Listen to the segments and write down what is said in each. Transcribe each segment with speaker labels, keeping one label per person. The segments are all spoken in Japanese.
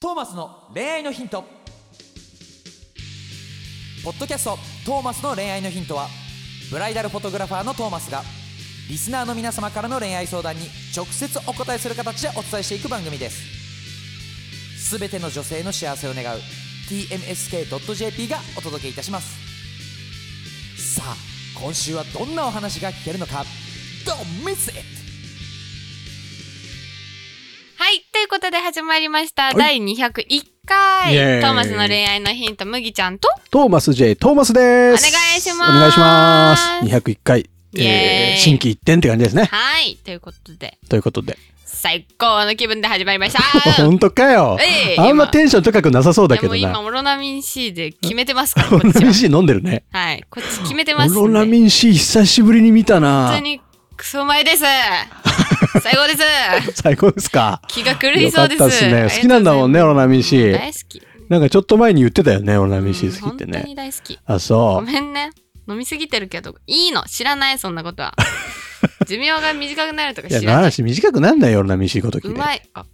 Speaker 1: トーマスの恋愛のヒントポッドキャスト「トーマスの恋愛のヒントは」ブライダルフォトグラファーのトーマスがリスナーの皆様からの恋愛相談に直接お答えする形でお伝えしていく番組ですすべての女性の幸せを願う TMSK.jp がお届けいたしますさあ今週はどんなお話が聞けるのか Don't miss it!
Speaker 2: はい。ということで始まりました。第201回
Speaker 3: イエーイ
Speaker 2: トーマスの恋愛のヒント、麦ちゃんと、
Speaker 3: トーマス J トーマスです
Speaker 2: お願いします
Speaker 3: お願いします201回、
Speaker 2: イエーイ
Speaker 3: 心機一転って感じですね
Speaker 2: はい。ということで、
Speaker 3: ということで。
Speaker 2: 最高の気分で始まりました
Speaker 3: 本当かよ、
Speaker 2: ええ
Speaker 3: あんまテンション高くなさそうだ
Speaker 2: で
Speaker 3: け
Speaker 2: も
Speaker 3: ど
Speaker 2: う今、
Speaker 3: な
Speaker 2: オロナミン C で決めてます から、
Speaker 3: オ
Speaker 2: こっ
Speaker 3: ロナ
Speaker 2: ち
Speaker 3: ミ
Speaker 2: は
Speaker 3: ン。C 飲んでるね
Speaker 2: はい。こっち決めてますんで。
Speaker 3: オロナミン C 久しぶりに見た
Speaker 2: 本当
Speaker 3: な
Speaker 2: にクソうまいです。最高です。
Speaker 3: 最高ですか
Speaker 2: 気が狂い
Speaker 3: よ
Speaker 2: そ
Speaker 3: かっ
Speaker 2: うです。
Speaker 3: たっすね好きなんだもんね
Speaker 2: あ
Speaker 3: オロナミン
Speaker 2: り
Speaker 3: C
Speaker 2: がとうございます大好き。
Speaker 3: なんかちょっと前に言ってたよねオロナミン C 好きって
Speaker 2: 本当
Speaker 3: ね
Speaker 2: に大好き。
Speaker 3: あ
Speaker 2: ご
Speaker 3: そ
Speaker 2: めんね。飲みすぎてるけど、いいの。知らない、そんなこと は。寿命が短くなるとか
Speaker 3: ういや
Speaker 2: 知らない。
Speaker 3: 話短くなんないよオロナミン C ごとき
Speaker 2: う
Speaker 3: で
Speaker 2: まい。あ、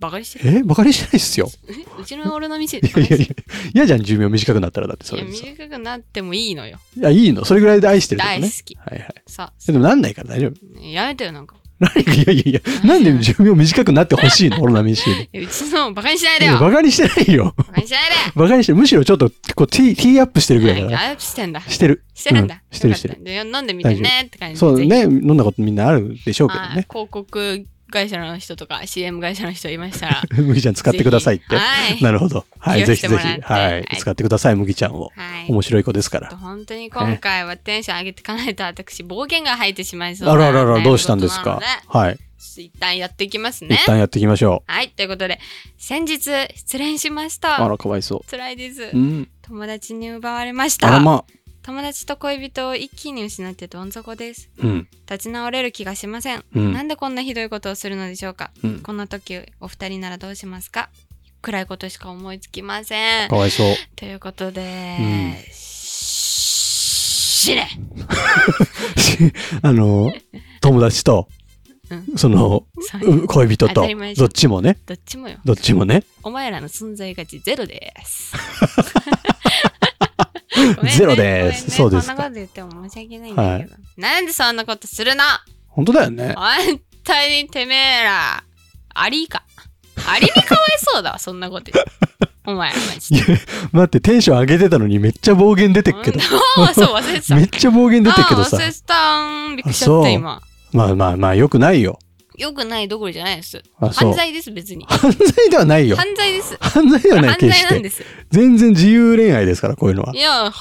Speaker 2: バカにしてる。
Speaker 3: えバカにしてないっすよ
Speaker 2: えうちの俺の店
Speaker 3: い
Speaker 2: で
Speaker 3: やいやいや嫌じゃん寿命短くなったらだってそ
Speaker 2: い
Speaker 3: れ
Speaker 2: や
Speaker 3: でさ
Speaker 2: 短くなってもいいのよ。
Speaker 3: いや、いいの。それぐらいで愛してるってこと
Speaker 2: 大
Speaker 3: ね。
Speaker 2: 好き。
Speaker 3: はいはい。
Speaker 2: さ、
Speaker 3: でもなんないから大丈夫。
Speaker 2: やめてよ、なんか。
Speaker 3: 何がいやいやいや、なんで寿命短くなってほし いのオロナミン C に。
Speaker 2: いやうちのバカにしない
Speaker 3: い
Speaker 2: で
Speaker 3: や
Speaker 2: よ。
Speaker 3: バ
Speaker 2: バ
Speaker 3: カにしてないよ。
Speaker 2: カにしない
Speaker 3: バカにしてる。むしろちょっと、こう、ティー、ティーアップしてるぐらい
Speaker 2: で
Speaker 3: だ
Speaker 2: は
Speaker 3: か
Speaker 2: い。あ
Speaker 3: ら。
Speaker 2: やっぱしてんだ。
Speaker 3: してる。
Speaker 2: してるんだ。
Speaker 3: うんしてるしてる
Speaker 2: る。で飲んでみてねって感じで。
Speaker 3: そう
Speaker 2: ぜひ
Speaker 3: ね。飲んだことみんなあるでしょうけど
Speaker 2: はい
Speaker 3: ね。
Speaker 2: 広告会社の人とか CM 会社の人いましたら。
Speaker 3: 麦ちゃん 使ってくださいって
Speaker 2: ぜひ。はい。
Speaker 3: なるほど。はい。
Speaker 2: 利用
Speaker 3: ぜ
Speaker 2: して
Speaker 3: ひぜ
Speaker 2: もらって
Speaker 3: ひ。はい
Speaker 2: は。い
Speaker 3: 使ってください、麦ちゃんを。
Speaker 2: はい。
Speaker 3: 面白い子ですから。
Speaker 2: 本当に今回はテンション上げていかないと私暴言が入ってしまいそうな
Speaker 3: あらららら、
Speaker 2: 悩み事なの
Speaker 3: どうしたんですか
Speaker 2: で
Speaker 3: はい。
Speaker 2: ちょっと一旦やっていきますね
Speaker 3: 一。旦やっていきましょ
Speaker 2: はい、ということで、先日失恋しまし
Speaker 3: う。あ
Speaker 2: た。
Speaker 3: ら、かわいそ
Speaker 2: 辛いです
Speaker 3: う。う。ん。
Speaker 2: 友達に奪われまし
Speaker 3: あ
Speaker 2: た
Speaker 3: ら。ま。
Speaker 2: 友達と恋人を一気に失ってどん底です。
Speaker 3: うん。
Speaker 2: 立ち直れる気がしません。
Speaker 3: うん
Speaker 2: なんでこんなひどいことをするのでしょうか。
Speaker 3: うん。
Speaker 2: こんな時、お二人ならどうしますか暗いことしか思いつきません
Speaker 3: か。わいそう。
Speaker 2: ということで、
Speaker 3: う
Speaker 2: 死ね
Speaker 3: し あの、友達と、
Speaker 2: う
Speaker 3: その、
Speaker 2: そう
Speaker 3: う恋人
Speaker 2: 当
Speaker 3: と
Speaker 2: たり前、じゃ
Speaker 3: ど
Speaker 2: ん
Speaker 3: っちもね、
Speaker 2: どっちもよ。
Speaker 3: どっちもね、
Speaker 2: お前らの存在価値ゼロ です。
Speaker 3: ゼロですそ
Speaker 2: ご
Speaker 3: う
Speaker 2: めんねこ
Speaker 3: です
Speaker 2: ん
Speaker 3: か
Speaker 2: なこと言っても申し訳ないんだけど。なんでそんなことするの
Speaker 3: 本当だよね。
Speaker 2: 本当にてめえら。アリか。アリにかわいそう だわ、そんなこと言って。お前らマジ
Speaker 3: い
Speaker 2: で。
Speaker 3: や、待って、テンション上げてたのにめっちゃ暴言出てっけど。
Speaker 2: あーそう、忘れてた。
Speaker 3: めっちゃ暴言出てっけどさ
Speaker 2: あー忘。れてたん。びっくりしちゃっ
Speaker 3: あそ
Speaker 2: た、
Speaker 3: う
Speaker 2: 今。
Speaker 3: まあまあまあ、よくないよ。
Speaker 2: よくないどころじゃないです。
Speaker 3: あ、そ
Speaker 2: 犯
Speaker 3: う。
Speaker 2: 罪です、別に。
Speaker 3: 犯罪ではないよ。
Speaker 2: 犯罪です。
Speaker 3: 犯罪ではない、
Speaker 2: 犯
Speaker 3: 決
Speaker 2: 罪
Speaker 3: し
Speaker 2: なん
Speaker 3: て。
Speaker 2: です。。
Speaker 3: 全然自由恋愛ですから、こういうのはい
Speaker 2: や、は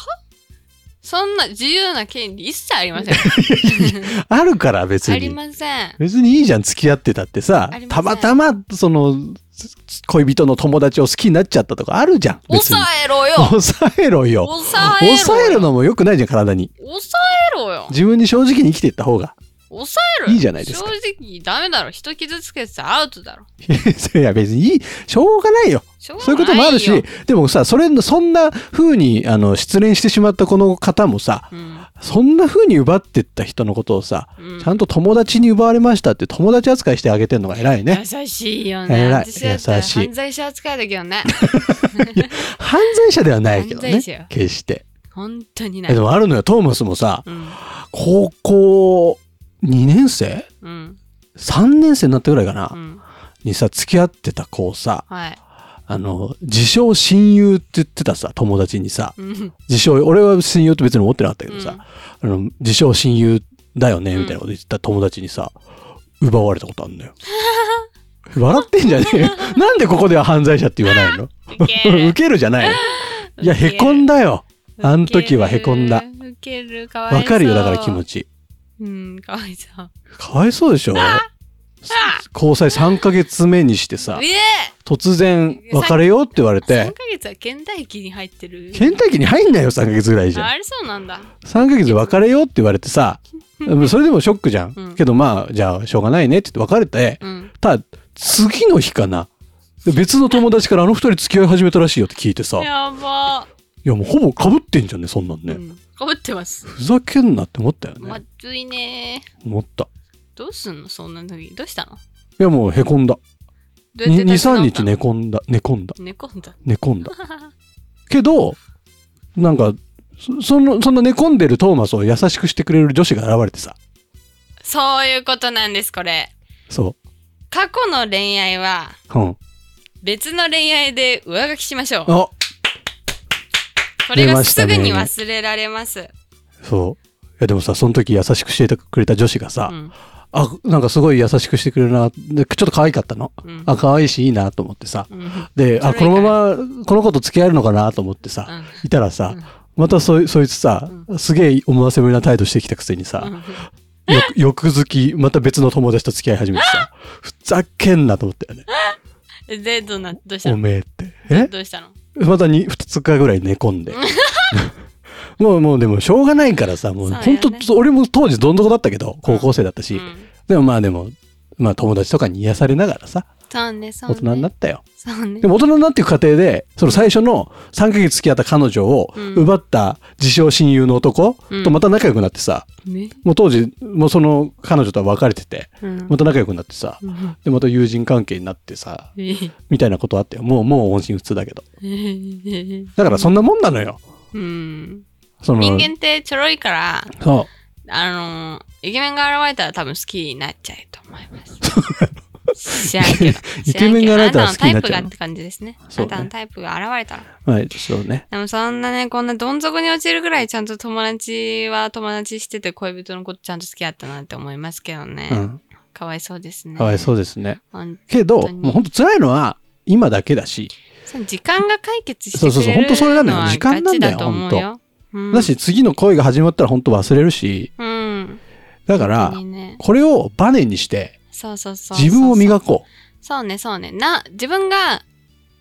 Speaker 2: そんな自由な権利一切あり ません。
Speaker 3: あるから、別
Speaker 2: あり
Speaker 3: に。
Speaker 2: ません。
Speaker 3: 別にいいじゃん、付き合ってたってさ
Speaker 2: あり。ませ
Speaker 3: た
Speaker 2: ん
Speaker 3: またま、その、恋人の友達を好きになっちゃったとかあるじゃん。別に
Speaker 2: 抑。えろ よ
Speaker 3: 抑えろよ。
Speaker 2: 抑えろよ
Speaker 3: 抑えるのも良くないじゃん、体に。
Speaker 2: 抑えろよ
Speaker 3: 自分に正直に生きていった方が。
Speaker 2: 抑えろよ
Speaker 3: いいじゃないですか
Speaker 2: 正直ダメだろ。人傷つけてたらアウトだろ。
Speaker 3: いや、別にいい。しょうがないよ。
Speaker 2: しょうがな
Speaker 3: そういうこともあるし
Speaker 2: よ、
Speaker 3: でもさ、それの、そんな風に、あの、失恋してしまったこの方もさ、
Speaker 2: うん
Speaker 3: そんな風に奪ってった人のことをさ、
Speaker 2: うん
Speaker 3: ちゃんと友達に奪われましたって友達扱いしてあげてんのが偉いね。
Speaker 2: 優しいよね。
Speaker 3: 偉い
Speaker 2: 私だったら
Speaker 3: 優しい
Speaker 2: 犯罪者扱いだけどね。
Speaker 3: 犯罪者ではないけどね
Speaker 2: 犯罪者よ。
Speaker 3: 決して。
Speaker 2: 本当にな
Speaker 3: え
Speaker 2: い
Speaker 3: で。もあるのよ、トーマスもさ、
Speaker 2: うん。
Speaker 3: 高校2年生
Speaker 2: うん。
Speaker 3: ?3 年生になったぐらいかな、
Speaker 2: うん。
Speaker 3: にさ、付き合ってた子をさ、
Speaker 2: はい。
Speaker 3: あの、自称親友って言ってたさ、友達にさ、
Speaker 2: うん。
Speaker 3: 自称、俺は親友って別に思ってなかったけどさ、あの、自称親友だよね、
Speaker 2: うん
Speaker 3: みたいなこと言ってた友達にさ、奪われたことあん のよ。笑ってんじゃねえよ。なんでここでは犯罪者って言わ ないの
Speaker 2: ウケる
Speaker 3: ウケるじゃないのいや、
Speaker 2: ウケる
Speaker 3: へこんだよ。あの時はへこんだ。。
Speaker 2: ウケる、かわいそう。
Speaker 3: わかるよ、だから気持
Speaker 2: ち。
Speaker 3: ち。
Speaker 2: うん、かわいそう。
Speaker 3: かわいそう でしょ交際3ヶ月目にし てさ、
Speaker 2: え
Speaker 3: 突然別れようって言われ
Speaker 2: え !3
Speaker 3: て、
Speaker 2: ヶ月は倦怠期に入ってる。
Speaker 3: 倦怠期に入んないよ、3ヶ月ぐらいじゃん
Speaker 2: あ。あれそうなんだ。
Speaker 3: 3ヶ月で別れようって言われてさ、でもそれでもショックじゃん。
Speaker 2: うん
Speaker 3: けどまあ、じゃあしょうがないねって言って別れて、
Speaker 2: うん。
Speaker 3: ただ、次の日かな。で別の友達からあの二人付き合い始めたらしいよって聞いてさ、い
Speaker 2: やば。
Speaker 3: やもうほぼ被ってんじゃんね、そんなんね。
Speaker 2: うんかぶってます。
Speaker 3: ふざけんなって思ったよ
Speaker 2: ま
Speaker 3: ね。
Speaker 2: ずいね
Speaker 3: 思った。
Speaker 2: どうすんのそんな時。どうしたの
Speaker 3: いやもうへこんだ。
Speaker 2: どうやって
Speaker 3: 2、
Speaker 2: 立ち直
Speaker 3: 3
Speaker 2: った
Speaker 3: 日寝込んだ、寝込んだ、
Speaker 2: 寝込んだ。
Speaker 3: 寝込 んだ。けど、なんか、そその、そんな寝込んでるトーマスを優しくしてくれる女子が現れてさ、
Speaker 2: そういうことなんです、これ。
Speaker 3: そ
Speaker 2: 過去の恋愛は、
Speaker 3: う。うん。
Speaker 2: 別の恋愛で上書きしましょう。
Speaker 3: あ
Speaker 2: これが
Speaker 3: 出まし
Speaker 2: す
Speaker 3: た
Speaker 2: ぐ
Speaker 3: ね
Speaker 2: に忘れられます。
Speaker 3: そう。いやでもさ、その時優しくしてくれた女子がさ、
Speaker 2: うん
Speaker 3: あ、なんかすごい優しくしてくれるな。で、ちょっと可愛かったの。
Speaker 2: うん
Speaker 3: あ、可愛いしいいなと思ってさ。
Speaker 2: うん
Speaker 3: で、あ、
Speaker 2: そ
Speaker 3: こ
Speaker 2: れ以外
Speaker 3: のまま、この子と付き合えるのかなと思ってさ、いたらさ、またそいそいつさ、すげえ思わせぶりな態度してきたくせにさ、よ欲好き、また別の友達と付き合い始めてさ、ふざけんなと思ったよね。
Speaker 2: うんで、どうな、どうした
Speaker 3: お
Speaker 2: の
Speaker 3: めえって。え
Speaker 2: どうしたの
Speaker 3: また 2, 2日ぐらい寝込 んで。もうもうでもしょうがないからさ、もう
Speaker 2: そうよね
Speaker 3: 本当、俺も当時どん底だったけど、高校生だった
Speaker 2: う
Speaker 3: し、
Speaker 2: ん。
Speaker 3: でもまあでも、まあ友達とかに癒されながらさ、
Speaker 2: そうね、そう
Speaker 3: 大
Speaker 2: ね。
Speaker 3: 人になったよ。
Speaker 2: そうね
Speaker 3: で。も大人になっていく過程で、その最初の3ヶ月付き合った彼女を
Speaker 2: うん
Speaker 3: 奪った自称親友の男
Speaker 2: うん
Speaker 3: とまた仲良くなってさ、
Speaker 2: ね。
Speaker 3: もう当時、もうその彼女とは別れてて、
Speaker 2: うん
Speaker 3: また仲良くなってさ、
Speaker 2: うん
Speaker 3: で、また友人関係になってさ、
Speaker 2: えへ
Speaker 3: みたいなことあってもう、もう音信不通だけど。
Speaker 2: へへへ
Speaker 3: だからそんなもんなのよ。
Speaker 2: うん。
Speaker 3: その、
Speaker 2: 人間ってちょろいから、
Speaker 3: そう。
Speaker 2: あのー、イケメンが現れたら多分好きになっちゃうと思い ます。知らんけど。
Speaker 3: イケメンが現れたら好きになっちゃう
Speaker 2: あなたのタイプがって感じですね。あ
Speaker 3: そう
Speaker 2: な
Speaker 3: ね
Speaker 2: たのタイプが現れたら。
Speaker 3: はい、そうね。
Speaker 2: でもそんなね、こんなどん底に落ちるぐらいちゃんと友達は友達してて恋人のことちゃんと好きだったなって思いますけどね。
Speaker 3: うん。
Speaker 2: かわいそうですね。
Speaker 3: かわいそうですね。
Speaker 2: ほん
Speaker 3: けど、
Speaker 2: 本当に
Speaker 3: もう本当辛いのは、今だけだし、
Speaker 2: その時間が解決してく
Speaker 3: そうそうそう
Speaker 2: れるのは
Speaker 3: ほんとそれなのよ時間なんだよ
Speaker 2: ガチと思うよ。うん、
Speaker 3: だし、次の恋が始まったら本当忘れるし、
Speaker 2: うん。
Speaker 3: だから
Speaker 2: 本当、にね、
Speaker 3: これをバネにして、
Speaker 2: そうそうそう
Speaker 3: 自分を磨こ。、
Speaker 2: そうね、そうね。な、自分が、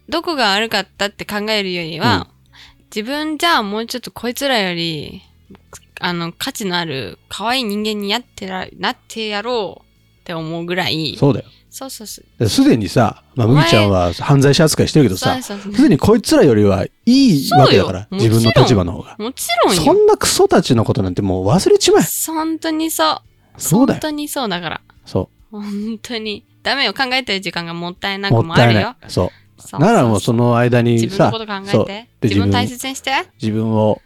Speaker 2: どこが悪かったって考えるよりは、自分じゃあもうちょっとこいつらより、あの、価値のある、可愛い人間にやってら、なってやろうって思うぐらいう
Speaker 3: そうだよ。
Speaker 2: そうそうそう。
Speaker 3: だからすでにさ、まあ、麦ちゃんは犯罪者扱いしてるけど
Speaker 2: そう
Speaker 3: さ
Speaker 2: で、すそうです
Speaker 3: すでにこいつらよりはいいわけだから、
Speaker 2: そうよ
Speaker 3: 自分の立場の方が。
Speaker 2: もちろん
Speaker 3: そ
Speaker 2: よ。
Speaker 3: んなクソたちのことなんてもう忘れちまえ。
Speaker 2: 本当にそう。
Speaker 3: そうだよ
Speaker 2: 本。当にそうだから。
Speaker 3: そ
Speaker 2: 本当に。ダメよ。考えてる時間がもったいな
Speaker 3: う。も
Speaker 2: く
Speaker 3: っ
Speaker 2: もあ
Speaker 3: たい
Speaker 2: る
Speaker 3: な
Speaker 2: よ。
Speaker 3: い。そ。
Speaker 2: そう
Speaker 3: ならもうそ
Speaker 2: の
Speaker 3: の間に
Speaker 2: 自分の
Speaker 3: さ
Speaker 2: こと考、
Speaker 3: そう。
Speaker 2: えて自
Speaker 3: で、
Speaker 2: 分
Speaker 3: 自分
Speaker 2: 大切にして。
Speaker 3: 自分を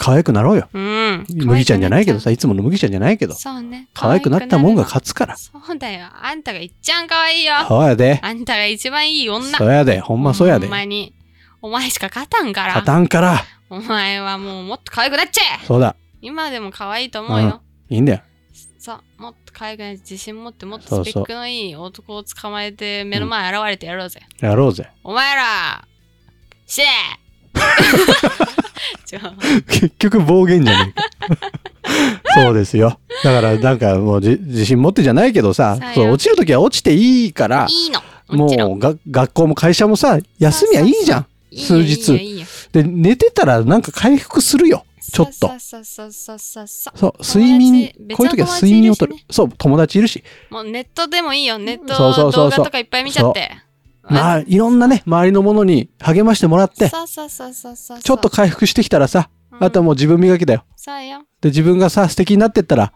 Speaker 3: 可愛くなろうよ。
Speaker 2: うん。
Speaker 3: 麦ちゃんじゃないけどさ、いつもの麦ちゃんじゃないけど、
Speaker 2: そうね。
Speaker 3: 可愛くなったもん
Speaker 2: 可愛くな
Speaker 3: が
Speaker 2: る
Speaker 3: 勝つから。
Speaker 2: そうだよ。あんたがいっちゃん可愛いよ。
Speaker 3: そうやで。
Speaker 2: あんたが一番いい女。
Speaker 3: そうやで。ほんまそうやで
Speaker 2: ほん。まに。お前しか勝たんから。
Speaker 3: 勝たんから。
Speaker 2: お前はもうもっと可愛くなっちゃえ
Speaker 3: そうだ。
Speaker 2: 今でも可愛いと思うよ。
Speaker 3: いいんだよ。
Speaker 2: そう、もっと可愛くなって自信持ってもっ
Speaker 3: そ
Speaker 2: と
Speaker 3: う
Speaker 2: ス
Speaker 3: そう
Speaker 2: ペックのいい男を捕まえて目の前現れてやろうぜ。
Speaker 3: やろ うぜ。
Speaker 2: お前らして ちょ
Speaker 3: 結局暴言じゃね えか。そうですよ。だから、なんかもうじ自信持ってじゃないけどさ
Speaker 2: そう、よ
Speaker 3: そう、落ちるときは落ちていいから、
Speaker 2: いいの。もちろん
Speaker 3: もうが学校も会社もさ、休みはいいじゃん。
Speaker 2: いいよ
Speaker 3: 数日
Speaker 2: いいよいいよ
Speaker 3: で、寝てたらなんか回復するよ。ちょっと。
Speaker 2: そうそうそうそうそう
Speaker 3: そう、
Speaker 2: 達
Speaker 3: 睡眠、こういう
Speaker 2: 別の
Speaker 3: 時は睡眠をとる
Speaker 2: 友達いるし。
Speaker 3: そう、友達
Speaker 2: も
Speaker 3: いるし。
Speaker 2: うネットでもいいよ。ネッ
Speaker 3: そうそ
Speaker 2: ト
Speaker 3: うそ
Speaker 2: 動
Speaker 3: う
Speaker 2: 画
Speaker 3: そう
Speaker 2: とかいっぱい見ちゃって。
Speaker 3: まあ、いろんなね、周りのものに励ましてもらって、
Speaker 2: そうそうそうそうそう。
Speaker 3: ちょっと、回復してきたらさ、
Speaker 2: うん
Speaker 3: あとはもう自分磨きだよ。
Speaker 2: そうよ。
Speaker 3: で、自分がさ、素敵になってったら、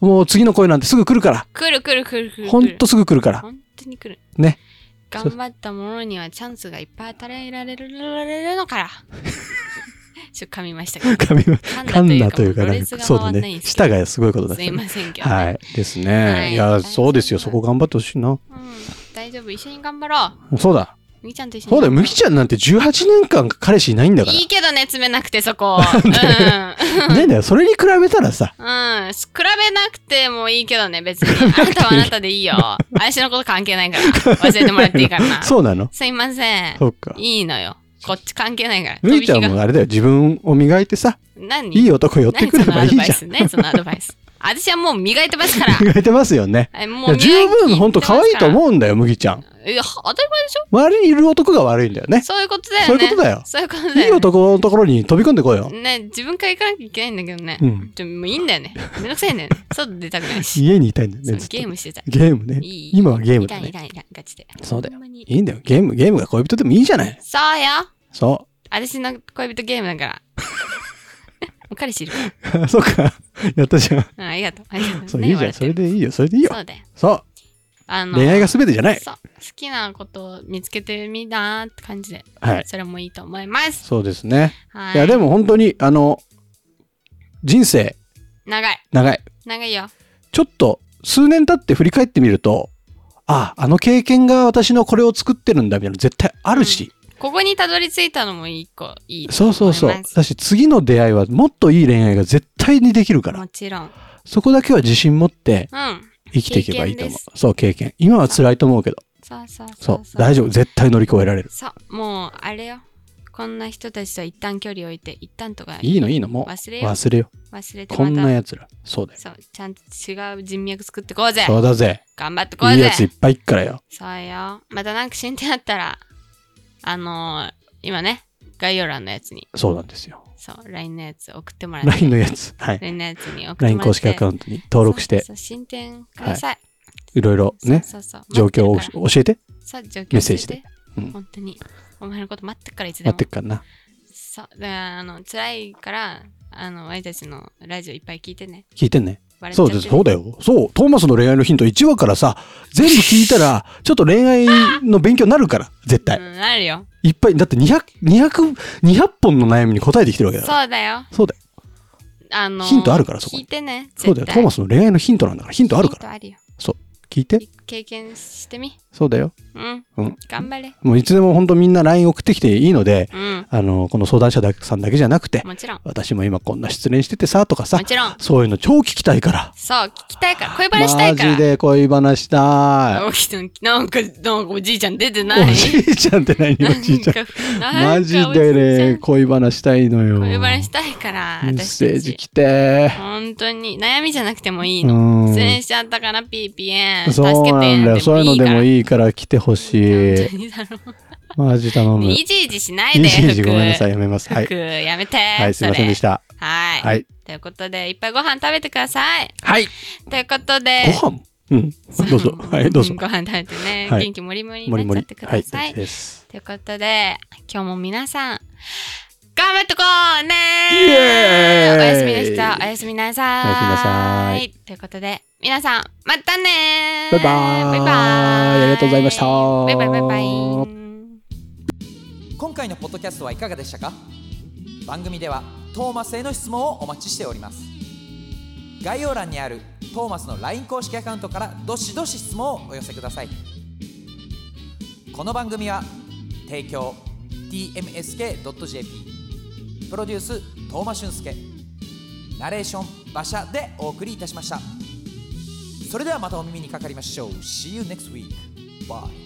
Speaker 3: もう次の恋なんてすぐ来るから。
Speaker 2: 来る来る来る来る。
Speaker 3: ほんとすぐ来るから。
Speaker 2: 本当に来る。
Speaker 3: ね。
Speaker 2: 頑張ったものにはチャンスがいっぱい与えられるの から。ちょっと噛みましたけど。
Speaker 3: 噛み噛んだというか、
Speaker 2: ロ
Speaker 3: な
Speaker 2: レ
Speaker 3: ん
Speaker 2: ス
Speaker 3: か
Speaker 2: が
Speaker 3: そうだ
Speaker 2: 回んないん
Speaker 3: ね。
Speaker 2: ですけ
Speaker 3: 舌
Speaker 2: ど
Speaker 3: がすごいことだっ
Speaker 2: す
Speaker 3: た
Speaker 2: い
Speaker 3: ね。
Speaker 2: ませんけどね。
Speaker 3: はい。です
Speaker 2: はい
Speaker 3: ね。いや、そうですよ。
Speaker 2: 大丈
Speaker 3: そ
Speaker 2: 夫
Speaker 3: こ頑張ってほしいな。
Speaker 2: うん大丈夫、一緒に頑張ろう。
Speaker 3: そうだ。
Speaker 2: むきちゃんと一緒に。
Speaker 3: そうだよ。むきちゃんなんて18年間彼氏いないんだか
Speaker 2: いいけどね、詰めなくてそこ。うん。
Speaker 3: ら。ねえだよ。それに比べたらさ、
Speaker 2: うん。比べなくてもいいけどね、別 に。あなたはあなたでいいよ。私のこと関係ないから。忘れてもらっていいからな。
Speaker 3: そうなの
Speaker 2: すいません。
Speaker 3: そうか。
Speaker 2: いいのよ。こっち関係ないから。
Speaker 3: むきちゃ
Speaker 2: 飛
Speaker 3: ん
Speaker 2: び火
Speaker 3: も
Speaker 2: が
Speaker 3: あれだよ。自分を磨いてさ、
Speaker 2: 何
Speaker 3: いい男寄って
Speaker 2: 何そ
Speaker 3: くれ
Speaker 2: の
Speaker 3: ば
Speaker 2: ア
Speaker 3: いい
Speaker 2: ド
Speaker 3: じゃ
Speaker 2: バ
Speaker 3: ん。
Speaker 2: イ。スね、そのアドバイス。私はもう磨いてますから
Speaker 3: 磨いてますよね。
Speaker 2: はい
Speaker 3: い
Speaker 2: も
Speaker 3: や
Speaker 2: う
Speaker 3: 十分本当可愛いと
Speaker 2: う。
Speaker 3: 思うんだよ、麦ちゃん。
Speaker 2: いや、当たり前でしょ
Speaker 3: 周りにいる男が悪いんだよね。
Speaker 2: そういうことだよね。
Speaker 3: そういうことだよ
Speaker 2: そういうことだよね、
Speaker 3: いい男のところに飛び込んでこいよ。
Speaker 2: ね、自分から行かなきゃいけないんだけどね。
Speaker 3: うん
Speaker 2: ちょもういいんだ よね。めんどくさいんだよね。外出たくないし。
Speaker 3: 家にいたいんだよ
Speaker 2: そ
Speaker 3: ね
Speaker 2: う。
Speaker 3: ずっと
Speaker 2: ゲームしてた。
Speaker 3: ゲームね。
Speaker 2: いい
Speaker 3: 今はゲー
Speaker 2: い
Speaker 3: ム
Speaker 2: ら
Speaker 3: だ
Speaker 2: んい
Speaker 3: ね。
Speaker 2: らんいらん、ガチで。
Speaker 3: そうだよ
Speaker 2: ほんまに
Speaker 3: いいんだよ。ゲーム、ゲームが恋人でもいいじゃない。
Speaker 2: そうよ。
Speaker 3: そ
Speaker 2: 私の恋人ゲームだから。 もう彼氏いるか
Speaker 3: う。 そうか。やったじゃん。
Speaker 2: ら。うんありがとう。ありがとう。
Speaker 3: そう、
Speaker 2: ね
Speaker 3: いいじゃ
Speaker 2: 笑
Speaker 3: ん。
Speaker 2: って
Speaker 3: それでいいよ。それでいいよ。
Speaker 2: そうだよ。
Speaker 3: そう。
Speaker 2: あの
Speaker 3: 恋愛が全てじゃない。
Speaker 2: そう好きなことを見つけてみなーって感じで、
Speaker 3: はい
Speaker 2: それもいいと思います。
Speaker 3: そうですね。
Speaker 2: はい
Speaker 3: いや、でも本当に、あの、人生、
Speaker 2: 長い
Speaker 3: 長い。
Speaker 2: 長いよ。
Speaker 3: ちょっと、数年経って振り返ってみると、あ、あの経験が私のこれを作ってるんだみたいなの絶対あるし。
Speaker 2: ここにたどり着いたのも一個いいと
Speaker 3: そ
Speaker 2: 思いま
Speaker 3: う
Speaker 2: す。
Speaker 3: そうそう。だし、次の出会いはもっといい恋愛が絶対にできるから
Speaker 2: も、ちろん。
Speaker 3: そこだけは自信持って
Speaker 2: うん。
Speaker 3: 生きていけばいいと
Speaker 2: 経
Speaker 3: 思
Speaker 2: 験
Speaker 3: う。そう、経験。今は辛いと思うけど、
Speaker 2: そうそうそ
Speaker 3: そう
Speaker 2: う。
Speaker 3: 大
Speaker 2: 夫。
Speaker 3: 丈夫。絶対乗り越えられる。
Speaker 2: そう、もうあれよ。こんな人たちとは一旦距離を置いて、一旦とか
Speaker 3: いいのいいの、もう。
Speaker 2: 忘れよう
Speaker 3: 忘れよう。
Speaker 2: 忘れて
Speaker 3: こん
Speaker 2: ま
Speaker 3: な
Speaker 2: た。
Speaker 3: やつら。そうだよ。
Speaker 2: そう、ちゃんと違う人脈作ってこうぜ。
Speaker 3: そうだぜ。
Speaker 2: 頑張ってこう
Speaker 3: いい
Speaker 2: ぜ
Speaker 3: や。ついっぱいいっからよ。
Speaker 2: そうよ。またなんか進展あったら、あのー、今ね、概要欄のやつに、
Speaker 3: そうなんですよ。
Speaker 2: そう、LINE のやつ送ってもらって、
Speaker 3: LINE のやつ。はい。
Speaker 2: LINE のやつに送ってもらって、
Speaker 3: LINE 公式アカウントに登録し
Speaker 2: そう
Speaker 3: て、
Speaker 2: そう進展ください。
Speaker 3: いろいろね、
Speaker 2: そうそうそう
Speaker 3: 状況を
Speaker 2: 待ってるか
Speaker 3: 教えて。
Speaker 2: らそう、状況
Speaker 3: メッセージで
Speaker 2: 教えて
Speaker 3: うん
Speaker 2: 本当に。お前のこと待ってっからいつで
Speaker 3: 待
Speaker 2: も
Speaker 3: っ。てっからな。
Speaker 2: そう、だから、あの、辛いから、あの、俺たちのラジオいっぱい聞いてね。
Speaker 3: 聞いてね。
Speaker 2: バレちゃ
Speaker 3: そ
Speaker 2: っ
Speaker 3: う
Speaker 2: て
Speaker 3: で
Speaker 2: る
Speaker 3: す。そうだよ。そう。トーマスの恋愛のヒント1話からさ、全部聞いたら、ちょっと恋愛の勉強になるから、絶対。
Speaker 2: うん、あるよ。
Speaker 3: いっぱい、だって200、200、200本の悩みに答えてきてるわけだから。
Speaker 2: そうだよ。
Speaker 3: そうだよ。
Speaker 2: あのー、
Speaker 3: ヒントあるからそこに
Speaker 2: 聞いてね。
Speaker 3: そうだ
Speaker 2: 絶
Speaker 3: よ。
Speaker 2: 対
Speaker 3: トーマスの恋愛のヒントなんだから、ヒントあるか
Speaker 2: ヒン
Speaker 3: ら。
Speaker 2: トあるよ。
Speaker 3: 聞いて。
Speaker 2: 経験してみ。
Speaker 3: そうだよ。
Speaker 2: うん。
Speaker 3: うん。
Speaker 2: 頑張れ。
Speaker 3: もういつでも本当みんな LINE 送ってきていいので、
Speaker 2: うん。
Speaker 3: あの、この相談者だけさんだけじゃなくて、
Speaker 2: もちろん。
Speaker 3: 私も今こんな失恋しててさ、とかさ
Speaker 2: も、ちろん。
Speaker 3: そういうの超聞きたいから。
Speaker 2: そう、聞きたいから。恋バナしたいから。
Speaker 3: マジで恋話したい。
Speaker 2: おきてなんか、なんかおじいちゃん出てない。
Speaker 3: おじいちゃんって何おじいちゃん。
Speaker 2: ん。
Speaker 3: マジでね、
Speaker 2: こ
Speaker 3: 恋話したいのよ。
Speaker 2: 恋バナしたいから、
Speaker 3: メッ
Speaker 2: 私
Speaker 3: セー
Speaker 2: た
Speaker 3: ジ
Speaker 2: ち。
Speaker 3: 来て。
Speaker 2: 本当に。悩みじゃなくてもいいうの。
Speaker 3: ん。
Speaker 2: 失恋しちゃったから、ピーピーエン。助けて
Speaker 3: そうなんだよ。そういうのでも
Speaker 2: い
Speaker 3: いいから来て
Speaker 2: か
Speaker 3: ほ
Speaker 2: ら。
Speaker 3: しい。
Speaker 2: 本当にだろ
Speaker 3: マジ頼む。
Speaker 2: ね
Speaker 3: い
Speaker 2: いじいじしない
Speaker 3: ち
Speaker 2: で。
Speaker 3: いち
Speaker 2: 服
Speaker 3: ごめんなさい。やめます。はい
Speaker 2: 服。やめて。
Speaker 3: はい、すいませんでした。
Speaker 2: それ。はい。
Speaker 3: はい。
Speaker 2: ということで、いっぱいご飯食べてください。
Speaker 3: はい。
Speaker 2: ということで、
Speaker 3: ご飯うん。ど うぞ。はい、どうぞ
Speaker 2: ん。ご飯食べてね、
Speaker 3: はい
Speaker 2: 元気もりもり
Speaker 3: もり
Speaker 2: に
Speaker 3: も
Speaker 2: なっちゃ
Speaker 3: り
Speaker 2: って。く
Speaker 3: はい、
Speaker 2: だ
Speaker 3: 大
Speaker 2: さい。
Speaker 3: 事です。
Speaker 2: ということで、今日も皆さん、頑張ってこうね
Speaker 3: イエーイ
Speaker 2: おやすみでした。おやすみなさい。
Speaker 3: おやすみなさい。
Speaker 2: ということで、皆さん、またね
Speaker 3: バイバーイ
Speaker 2: バイバーイ
Speaker 3: ありがとうございました
Speaker 2: バイバイバイバイ。
Speaker 1: 今回のポッドキャストはいかがでしたか番組ではトーマスへの質問をお待ちしております概要欄にあるトーマスの LINE 公式アカウントからどしどし質問をお寄せくださいこの番組は提供 tmsk.jp プロデューストーマ俊介ナレーション馬車でお送りいたしましたそれではまたお耳にかかりましょう See you next week Bye